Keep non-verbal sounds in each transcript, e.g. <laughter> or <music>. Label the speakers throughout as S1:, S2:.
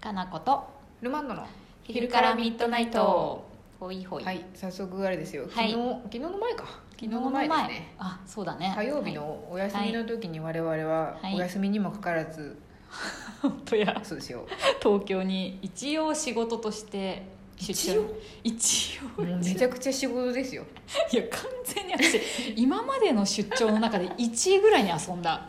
S1: かなこと
S2: ルマンドの
S1: 昼からミッドナイトほいほい、
S2: はい早速あれですよ昨
S1: は
S2: 日
S1: い
S2: 昨日の前か昨
S1: 昨日の前あそうだね
S2: 火曜日
S1: はい
S2: のお休みの時に我々は
S1: はい
S2: お休みにもかかわらず、
S1: 本当や
S2: そうですよ
S1: 東京に一応仕事として出張一応
S2: もうめちゃくちゃ仕事ですよ
S1: いや完全に私今までの出張の中で1位ぐらいに遊んだ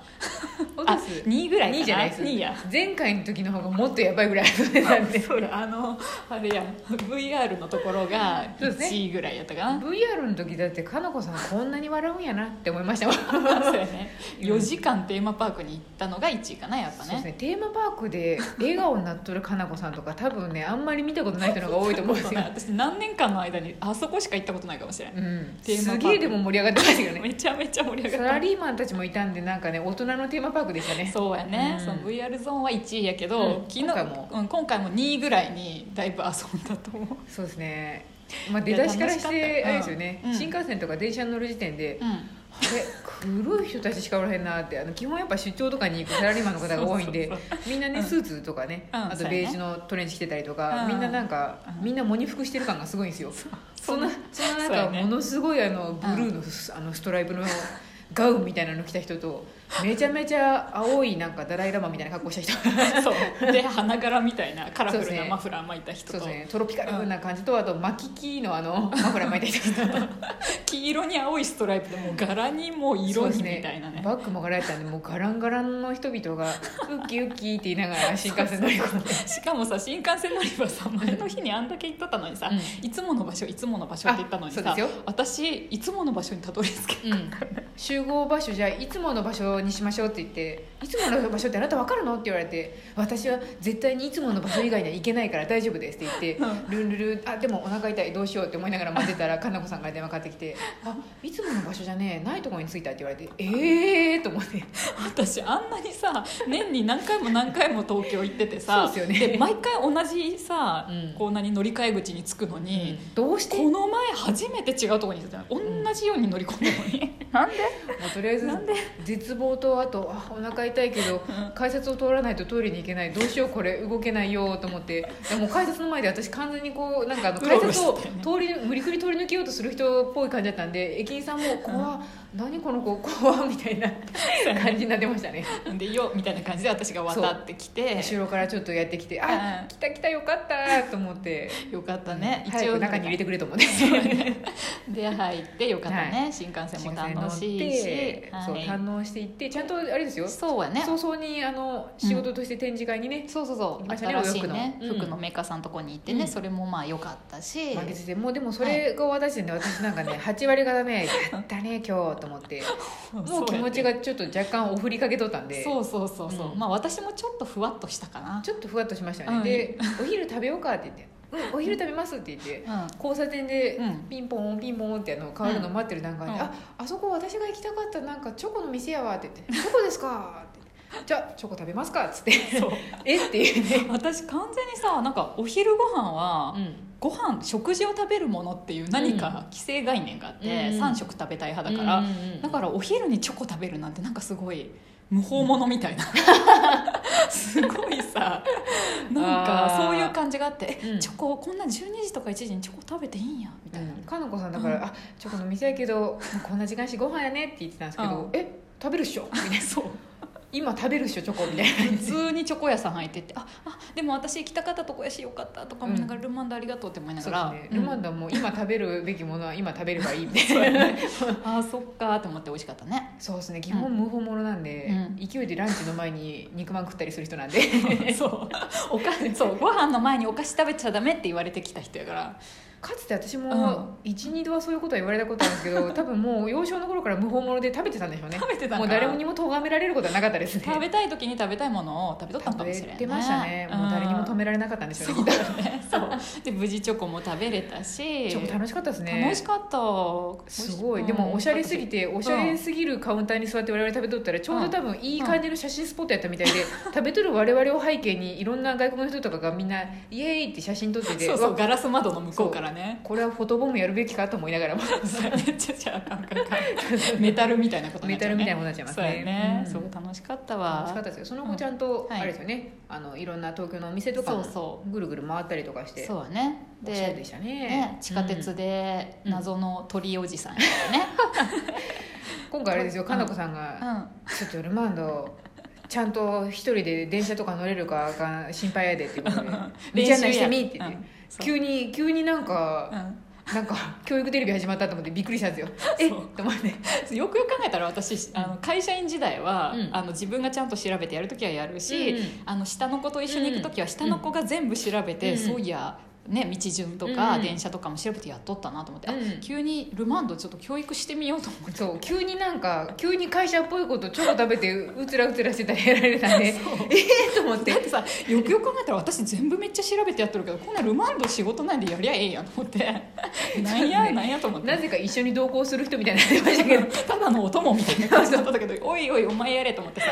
S1: あ2位ぐらいか
S2: 2
S1: な
S2: じゃないです
S1: 2位や
S2: 前回の時の方がもっとやばいぐらい遊んでたん <laughs> で
S1: そうだあのあれや VR のところが
S2: そうですね
S1: 1位ぐらいやったかな
S2: VR の時だってかなこさんこんなに笑うんやなって思いましたもんそう
S1: <laughs> <laughs> そうやね4時間テーマパークに行ったのが1位かなやっぱ
S2: です
S1: ね
S2: ねテーマパークで笑顔になっとるかなこさんとか多分ねあんまり見たことない人の方が多いと思うんですよ、
S1: 私何年間の間にあそこしか行ったことないかもしれな
S2: う
S1: い、
S2: ん、
S1: テーマパ
S2: す
S1: ーク
S2: げえでも盛り上がってましたよね
S1: めちゃめちゃ盛り上が
S2: サラ
S1: った
S2: リーマンたちもいたんでなんかね大人のテーマパークでしたね
S1: そうやね、
S2: うん
S1: その VR ゾーンは1位やけ
S2: う
S1: ど、
S2: ん
S1: 昨日
S2: 今回も
S1: うん、今回も2位ぐらいにだいぶ遊んだと思う、
S2: そうですね、まあ、
S1: い
S2: 出
S1: や
S2: だしからし
S1: 楽してかったよ
S2: あれですよね、
S1: うん
S2: 新幹線とか電車に乗る時点で、あれ黒い人たちしかおらへんなってあの基本やっぱ出張とかに行くサラリーマンの方が多いんで
S1: <laughs> そう
S2: みんなね、
S1: うん
S2: スーツとかね、
S1: うん
S2: あ
S1: そう
S2: と
S1: やね
S2: ベージュのトレンチ着てたりとか、
S1: うん
S2: みんななんか、
S1: うん
S2: みんな喪に服してる感がすごいんですよ、そんなそんな
S1: そうや
S2: 中、
S1: ね
S2: ものすごいあのブルーの,、あのストライプのガウンみたいなの着た人とめちゃめちゃ青いなんかダライラマみたいな格好し
S1: <laughs>
S2: た人
S1: そうで花柄みたいなカラフルなマフラー巻いた人
S2: そう
S1: と、
S2: ですねトロピカルな感じと、あと巻き木のあのマフラー巻いてる人と
S1: 黄色に青いストライプでもう柄にもう色にみたいな
S2: そうで
S1: ね
S2: すバッグもがられたんでもうガランガランの人々 <laughs> がウッキウッキって言いながら新幹線乗り込ん
S1: <laughs>
S2: で
S1: しかもさ新幹線乗り場さ前の日にあんだけ行っとったのにさ、
S2: う
S1: いつもの場所いつもの場所って言ったのに
S2: あそ
S1: さ
S2: うですよ
S1: 私いつもの場所にたどり着け
S2: うん、集合場所じゃあいつもの場所にしましょうって言って「いつもの場所ってあなた分かるの?」って言われて「私は絶対にいつもの場所以外には行けないから大丈夫です」って言って「ルンルルンあでもお腹痛いどうしよう」って思いながら待ってたらかなこさんから電話かかってきて「あいつもの場所じゃねえないところに着いた」って言われて「ええー」と思って
S1: 私あんなにさ年に何回も何回も東京行っててさ
S2: そうですよね
S1: で毎回同じさ、
S2: うん
S1: こう何乗り換え口に着くのに、
S2: どうして
S1: この前初めて違うとこに行ってたの同じように乗り込んだのに、なんで
S2: もうとりあえず
S1: なんで
S2: 絶望とあとあお腹痛いけど
S1: ん
S2: 改札を通らないとトイレに行けないどうしようこれ動けないよと思ってでもう改札の前で私完全にこうなんかあの
S1: うろ
S2: 改
S1: うろ
S2: 札を
S1: してたよね
S2: 通り無理くり通り抜けようとする人っぽい感じだったんで駅員さんも「怖、っ何この子怖っ」みたいな感じになってましたね
S1: でよみたいな感じで私が渡ってきて
S2: 後ろからちょっとやってきて「あ
S1: うん
S2: 来た来たよかった」と思って
S1: よかったね、一
S2: 早
S1: 応
S2: く中に入れてくれと思って。 <laughs>
S1: で入ってよかったね、
S2: は
S1: 新幹線も
S2: 新幹線
S1: 楽
S2: 乗っ、
S1: しいして
S2: そう
S1: はい
S2: 堪能していってちゃんとあれですよ
S1: そうやね
S2: 早々にあの仕事として展示会にね、
S1: そうそうそう
S2: 行きましたね
S1: 新しいね
S2: お洋服のうん
S1: 服のメーカーさんのとこに行ってね、
S2: うん
S1: それもまあ良かったし、
S2: 負けててもうでもそれが私でね、私な
S1: <laughs>
S2: んかね8割方ねやったね今日と思ってもう気持ちがちょっと若干お振りかけとったんで
S1: そうそうそうそう、
S2: うん
S1: まあ私もちょっとふわっとしたかな
S2: ちょっとふわっとしましたよね、
S1: うん
S2: で「お昼食べようか」って言って「うんお昼食べます」って言って
S1: うん
S2: 交差点で
S1: うん
S2: ピンポンピンポンってあの変わるの待ってるなんかに、
S1: うん
S2: ああそこ私が行きたかったなんかチョコの店やわ」って言って「チョコですか」って言って「じゃあチョコ食べますか」っつって <laughs>
S1: そう
S2: 「えっ?」ていうね、
S1: <laughs> 私完全にさなんかお昼ご飯は、
S2: うん
S1: ご飯食事を食べるものっていう何か既成概念があって、
S2: うん
S1: 3食食べたい派だから、
S2: うんうんうん
S1: だからお昼にチョコ食べるなんてなんかすごい無法者みた
S2: <laughs>
S1: いな、すごいさなんか
S2: あー
S1: そういう感じがあって、え
S2: うん
S1: チョコこんな12時とか1時にチョコ食べていいんやみたいな、
S2: かのこさんだから「
S1: うん
S2: あちょっと飲みたいけどこんな時間やしご飯やね」って言ってたんですけど「
S1: うん
S2: え食べるっしょ」みたいな
S1: そう
S2: 「今食べるっしょチョコ」み
S1: <laughs>
S2: たいな
S1: 普通にチョコ屋さん入ってって「ああでも私行きたかったとこやしよかった」とか思いながら「ルマンドありがとう」って思いな
S2: そ
S1: が
S2: う
S1: ら、
S2: ですねルマン
S1: ド
S2: ダも今食べるべきものは今食べればいいみたいな
S1: あーそっか」と思って美味しかった
S2: <laughs>
S1: ね
S2: そうですね基本無法者なんで、
S1: うん
S2: 勢いでランチの前に肉まん食ったりする人なんで
S1: <laughs> そうおかそうご飯の前にお菓子食べちゃダメって言われてきた人やから
S2: かつて私
S1: うん
S2: も12、度はそういうことは言われたことあるんです
S1: <laughs>
S2: けど多分もう幼少の頃から無法者 <laughs> で食べてたんでしょうね
S1: 食べてたんか
S2: もう誰もにも咎められることはなかったですね
S1: 食べたい時に食べたいものを食べとったんかもしれない
S2: 食べてましたねもう誰にも止められなかったんでしょうね、きっと
S1: そうで無事チョコも食べれたし
S2: ちょっと楽しかったですね
S1: 楽しかった
S2: すごいでもおしゃれすぎておしゃれすぎるカウンターに座って我々食べとったらちょうど多分いい感じの写真スポットやったみたいで食べとる我々を背景にいろんな外国の人とかがみんなイエーイって写真撮ってて
S1: <laughs> そうそう
S2: わ
S1: ガラス窓の向こうからがね
S2: これはフォトボムやるべきかと思いな
S1: <laughs>
S2: がらも
S1: めっちゃじゃあなんかメタルみたいなことに
S2: メ
S1: なっち
S2: タ
S1: ゃ
S2: ル
S1: うね
S2: みたいなものになっちゃいます
S1: そうや
S2: ね
S1: ね、
S2: うん
S1: そう楽しかった
S2: 楽しかっ
S1: わ
S2: たですよその後ちゃんと、
S1: うんはい
S2: あれですよねあのいろんな東京のお店とか
S1: そう
S2: も
S1: そ
S2: ぐるぐる回ったりとかし
S1: う
S2: て
S1: そうはね
S2: おしゃれで
S1: で
S2: したね
S1: ね地下鉄
S2: うん
S1: で
S2: うん
S1: 謎の鳥おじさんやったよね、
S2: 今回あれですよ
S1: うん
S2: かなこさんが、ちょっとルマンドちゃんと一人で電車とか乗れるかが心配やでっていうことで
S1: <laughs> 練習や
S2: 道案内してみって言って、
S1: うんそう
S2: 急に急になん
S1: う
S2: か、 <laughs>
S1: ん
S2: なんか教育テレビ始まったと思ってびっくりしたんですよえっ
S1: <laughs> そう
S2: と思って
S1: よくよく考えたら私あの会社員時代は、
S2: うん
S1: あの自分がちゃんと調べてやる時はやるし、
S2: うんうん
S1: あの下の子と一緒に行く時は下の子が全部調べて、
S2: うん
S1: そういや、ね、道順とか、
S2: うん
S1: 電車とかも調べてやっとったなと思って、
S2: うん
S1: あ急にルマンドちょっと教育してみようと思って。 <laughs>
S2: そう急になんか急に会社っぽいことちょっと食べてうつらうつらしてたらやられたん
S1: <laughs>
S2: でええと思って
S1: だってさよくよく考えたら私全部めっちゃ調べてやってるけどこんなルマンド仕事なんでやりゃええやんと思
S2: <laughs>
S1: ってなんやなんやと思って
S2: なぜか一緒に同行する人みたいになってました
S1: <laughs>
S2: けど
S1: ただのお供みたいな感じだったけどおいおいお前やれと思ってさ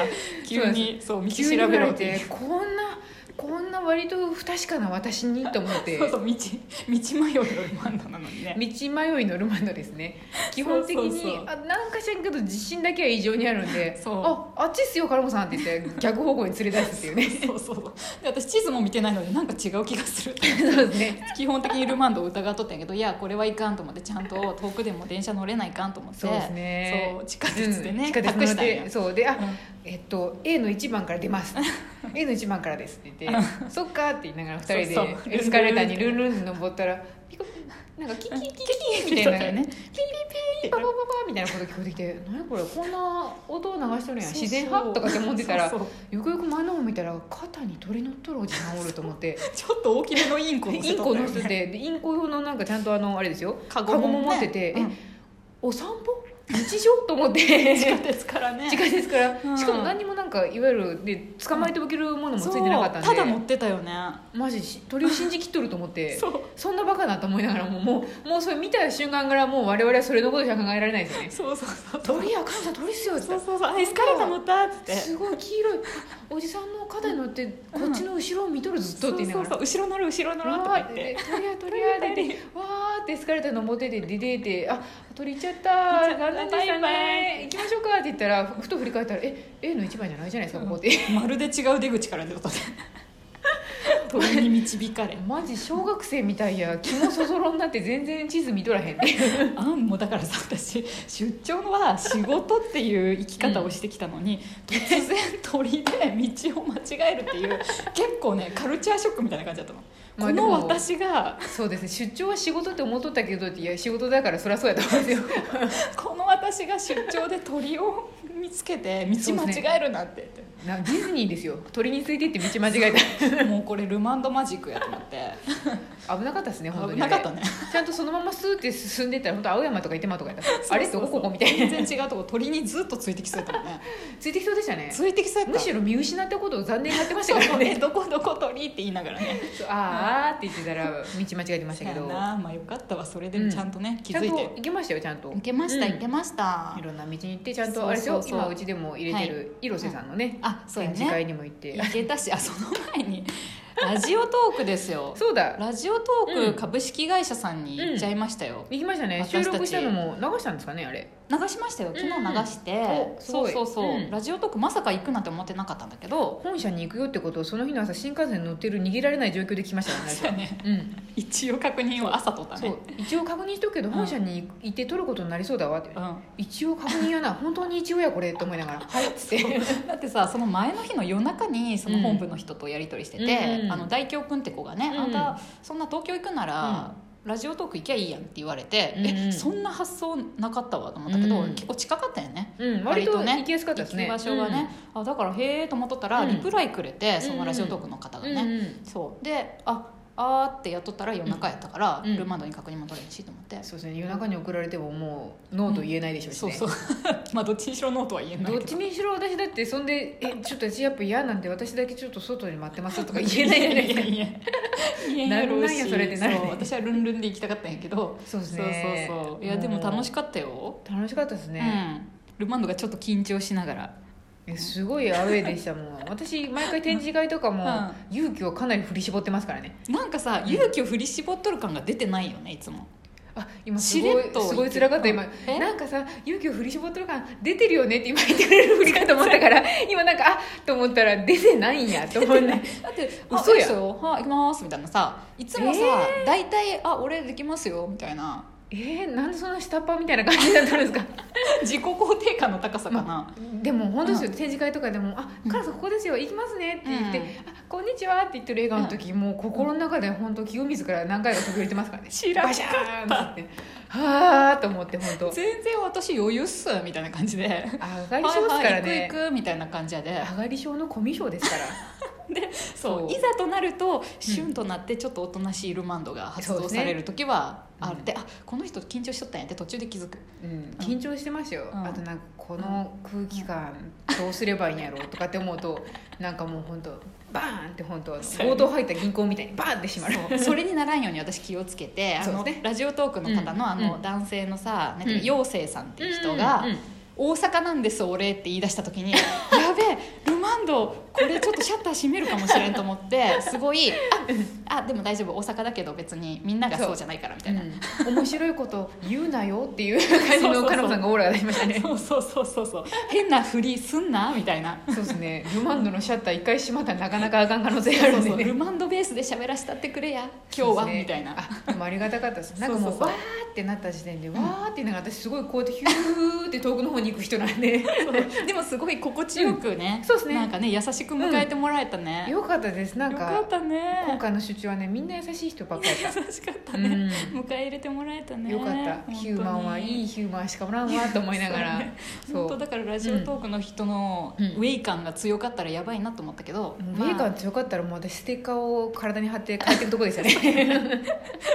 S1: 急にそう道
S2: 急に
S1: 調
S2: 振
S1: べ
S2: ら
S1: ろっ
S2: れ
S1: ていう
S2: てこんなこんな割と不確かな私にと思
S1: <laughs>
S2: って
S1: そうそう道道迷いのルマンドなのにね
S2: 道迷いのルマンドです
S1: <laughs>
S2: ね基本的に
S1: そうそうそう
S2: あなんか知らんけど自信だけは異常にあるんで
S1: そう
S2: ああっちっすよカラモさんって言って逆方向に連れ出すってい
S1: <laughs>
S2: うね
S1: そうそうそうで私地図も見てないのでなんか違う気がする
S2: そうですね
S1: 基本的にルマンドを疑っとったんやけどいやこれはいかんと思ってちゃんと遠くでも電車乗れないかんと思って
S2: そうですね
S1: そう地下鉄でね、
S2: うん地下鉄
S1: 隠
S2: 乗っ
S1: したんや
S2: てそうであ、
S1: うん
S2: えっと A の1番から出ます
S1: <laughs>
S2: A の1番からですって言ってそっかって言いながら2
S1: そう
S2: 人
S1: そう
S2: でエスカレーターにルンルンって登ったらピコなんかキキキキみたいな
S1: ね
S2: ピピピパパパパみたいなこと聞こえてきて「何これこんな音を流しとるやん
S1: そうそう
S2: 自然派?」とかって思ってたら
S1: そうそう
S2: よくよく前の方見たら肩に鳥乗っとるおじさんおると
S1: <laughs>
S2: 思って
S1: ちょっと大きめのインコ
S2: で
S1: 乗
S2: イ
S1: せ
S2: ン
S1: と
S2: コ
S1: ったよ
S2: 乗
S1: ね
S2: せてでインコ用のなんかちゃんとあのあれですよ
S1: カ
S2: カ
S1: ゴもね
S2: ゴも持ってて「
S1: うん
S2: えお散歩日常?」と思って
S1: 地下 <laughs> 鉄からね
S2: 時間ですから、
S1: うん
S2: しかも何にもなんかいわゆるで捕まえておけるものもついてなかったんで、
S1: そうただ乗ってたよね
S2: マジし鳥を信じきっとると思っ
S1: <laughs>
S2: て
S1: そう
S2: そんなバカなと思いながらもうもうもうそれ見た瞬間からもう我々はそれのことしか考えられないですよね
S1: そうそうそう
S2: 鳥や神さん鳥っすよって
S1: そ
S2: 言
S1: う
S2: っ
S1: そうそうあエスカレーター乗ったっつって
S2: たすごい黄色いおじさんの肩に乗ってこっちの後ろを見とるずっとって言いながら
S1: そうそうそう後ろ乗る後ろ乗るとか言っ
S2: で
S1: て
S2: 鳥や鳥やででわーってエスカレーター登ってて出てて「あ鳥行っちゃった
S1: 行っちゃった
S2: 残念でした
S1: バイバ
S2: ね行きましょうか」って言ったらふと振り返ったら「え A の一番じゃないじゃないですかここ」って
S1: まるで違う出口から出たとね鳥に導かれ
S2: <laughs> マジ小学生みたいや気もそぞろになって全然地図見とらへんね
S1: あんもうだからさ私出張は仕事っていう生き方をしてきたのに、突然鳥で道を間違えるっていう結構ねカルチャーショックみたいな感じだったの、
S2: まあ
S1: こ
S2: で
S1: の
S2: も
S1: 私が
S2: <laughs> そうですね出張は仕事って思っとったけどいや仕事だからそりゃそうやと思うんです <laughs> よ
S1: この私が出張で鳥を見つけて道間違えるなんてって
S2: なディズニーですよ鳥についてって道間違え
S1: もうこれルマンドマジックやと思って
S2: た <laughs> 危なかったですね本当
S1: 危
S2: にあ
S1: な
S2: れ
S1: かった <laughs> ね
S2: ちゃんとそのままスーって進んでったら本当青山とか伊手間と <laughs> かやったあれどこここみたいな
S1: 全然違うとこ鳥にずっとついてきそうやったもんね
S2: ついてきそうでしたね
S1: <laughs> ついてきそうやった
S2: <laughs> むしろ見失ったことを残念がってました
S1: <laughs> そう
S2: か
S1: そ
S2: ら
S1: うね
S2: ね
S1: どこどこ鳥って言いながらね
S2: そうあーあーって言ってたら道間違えてましたけ
S1: そう
S2: ど
S1: やなまあよかったわそれでちゃんとね、気
S2: ちゃ
S1: づ
S2: ん
S1: い
S2: と
S1: て
S2: 行けましたよちゃんと
S1: いけました、
S2: うん
S1: いけました
S2: いろんな道に行ってちゃんとあれですよ
S1: そうそうそう
S2: 今うちでも入れてる広瀬さんのね、
S1: あそうや
S2: 展示会
S1: ね
S2: にも行って、
S1: いけたしあその前 <laughs> にラジオトークですよ
S2: そうだ
S1: ラジオトー
S2: うん
S1: ク株式会社さんに行っちゃいましたよ、
S2: 行きましたね
S1: 私た
S2: 収
S1: ち
S2: 録したのも流したんですかねあれ
S1: 流しましたよ昨日
S2: うん
S1: 流して、
S2: おす
S1: そ
S2: ご
S1: う
S2: い
S1: そうそう、
S2: うん
S1: ラジオトークまさか行くなんて思ってなかったんだけど
S2: 本社に行くよってことをその日の朝新幹線に乗ってる逃げられない状況で来ました
S1: <laughs> そうや
S2: ね
S1: ね
S2: 私うん、
S1: 一応確認を朝取った
S2: そ
S1: ね
S2: う一応確認しとくけど
S1: うん
S2: 本社に行って取ることになりそうだわって、
S1: うん
S2: 一応確認やな本当に一応やこれと思いながら「はい」っつって
S1: だってさその前の日の夜中にその本部の人とやり取りしてて、
S2: うんうん
S1: あの大京くんって子がね、
S2: うん
S1: あんたそんな東京行くなら、ラジオトーク行きゃいいやんって言われて、
S2: うんうん
S1: えそんな発想なかったわと思ったけど、
S2: うん
S1: 結構近かったよね
S2: うん割と
S1: 割とね
S2: 行きやすかった
S1: 行
S2: です
S1: き
S2: ね
S1: 場所がね、あだからへえと思っとったら
S2: うん
S1: リプライくれて、そのラジオトークの
S2: う
S1: 方
S2: ん
S1: が
S2: う
S1: ね、
S2: んうん
S1: そうでああーってやっとったら夜中やったから、
S2: うん
S1: ルマンドに確認も取れるしと思って、
S2: そうですね夜中に送られてももうノーと言えないでしょうし
S1: そ
S2: ね、
S1: うそう <laughs> まあどっちにしろノーとは言えない
S2: ど
S1: け
S2: っ
S1: ど
S2: ちにしろ私だってそんで「えちょっと私やっぱ嫌なんで私だけちょっと外に待ってます」とか言えないじゃないです
S1: <laughs>
S2: か
S1: いやいやいや
S2: な
S1: やろ
S2: ん
S1: う
S2: なん
S1: し
S2: やそれってなるね
S1: そう私はルンルンで行きたかったんやけど
S2: そうで
S1: そ
S2: す
S1: う
S2: ね
S1: そうそういやでも楽しかったよ、
S2: 楽しかったですね、
S1: うんルマンドがちょっと緊張しながら
S2: えすごいアウェーでしたもん私毎回展示会とかも、
S1: う
S2: 勇気をかなり振り絞ってますからね
S1: なんかさ
S2: うん
S1: 勇気を振り絞っとる感が出てないよねいつも
S2: あ今す
S1: し
S2: ご
S1: れ
S2: い
S1: っと
S2: すごい辛かった今
S1: え
S2: なんかさ勇気を振り絞ってる感出てるよねって今言ってくれる振りかと思
S1: <laughs>
S2: ったから今なんかあと思ったら出てないんやと思って
S1: だって「
S2: 嘘
S1: 嘘
S2: や
S1: やよはい行きます」みたいなさいつもさ大体「あ俺できますよ」みたいな
S2: えー、なんでそんな下っ端みたいな感じになってるんですか
S1: <laughs> 自己肯定感の高さかな
S2: でも本当ですよ展示会とかでも「あ
S1: うん
S2: カラスここですよ行きますね」って言って
S1: うん
S2: 「あこんにちは」って言ってる笑顔の時、もう心の中で本当清水から何回か飛び降りてますからね
S1: 知らんか
S2: バ
S1: っ
S2: シ
S1: た
S2: ャーンってはあと思って本当
S1: 全然私余裕っすみたいな感じで
S2: 上がり症ですから
S1: はいはい
S2: ね
S1: 行く行くみたいな感じやで
S2: 上がり症のコミュ障ですから
S1: そう
S2: そう
S1: いざとなるとシュンとなってちょっとおとなしいルマンドが発動される時はあ
S2: そう
S1: るで,、あこの人緊張しとったんやって途中で気づく
S2: うん、緊張してますよ、
S1: うん
S2: あとなんかこの空気感どうすればいいんやろうとかって思う <laughs> となんかもう本当バーンって本当
S1: そうや
S2: 強
S1: ね
S2: 盗入った銀行みたいにバーンって閉まる
S1: そうそれにならんように私気をつけてあ
S2: そう
S1: の、
S2: ですね
S1: ラジオトークの方のあ
S2: う
S1: の
S2: ん
S1: 男性のさ、なん
S2: う
S1: か
S2: ん
S1: 陽生さんっていう人が
S2: うんうん
S1: 「大阪なんです俺」って言い出した
S2: <laughs>
S1: 時に「やべえルマンドこれちょっとシャッター閉めるかもしれん」と思ってすごい「ああでも大丈夫大阪だけど別にみんながそうじゃないから」みたいな。
S2: うん面白いこと言うなよっていう感じ
S1: そうそう
S2: の
S1: そう
S2: カナさんがオーラが出ました <laughs> ね
S1: そうそうそうそうそう変なふりすんなみたいな
S2: そうですねルマンドのシャッター一回閉まったらなかなかあかん可能性があ
S1: そ
S2: る
S1: うん
S2: で
S1: そうル
S2: ね
S1: マンドベースで喋らせたってくれや今日は、みたいな
S2: あでもありがたかったですなんかもう
S1: そうそうそう
S2: わーってなった時点でわーってなんか私すごいこうやってヒューって遠くの方に行く人なん <laughs> で
S1: そう <laughs> でもすごい心地よくね、
S2: うんそうっすね
S1: なんかね優しく迎えてもらえたね、よ
S2: よかったですなん
S1: か
S2: か
S1: ったね
S2: 今回の出張はねみんな優しい人ばっかりだっ
S1: 優しかった
S2: た、う
S1: ね、
S2: ん
S1: 迎え入れてもらえたね
S2: よかったヒューマンはいいヒューマンしかおらんわと思いながらそ
S1: 本
S2: う
S1: 当だからラジオトークの人の
S2: う
S1: ウ
S2: ん
S1: ェイ感が強かったらやばいなと思ったけど、
S2: もう
S1: まあ
S2: メーカー強かったらもう私ステッカーを体に貼って帰ってくとこですよね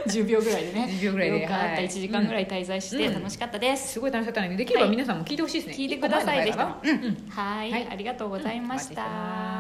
S1: 10秒ぐらいでね
S2: 10秒ぐらいで
S1: よかった、
S2: はい
S1: 1時間ぐらい滞在して
S2: うん
S1: 楽しかったです、
S2: すごい楽しかったのでできれば皆さんも聞いてほしいですね、
S1: 聞いてくださいで
S2: 一
S1: し
S2: 個前の
S1: た
S2: 回かな
S1: うん
S2: うん
S1: はい、
S2: はい
S1: ありがとうございまし
S2: うんお待ちして
S1: た、
S2: ます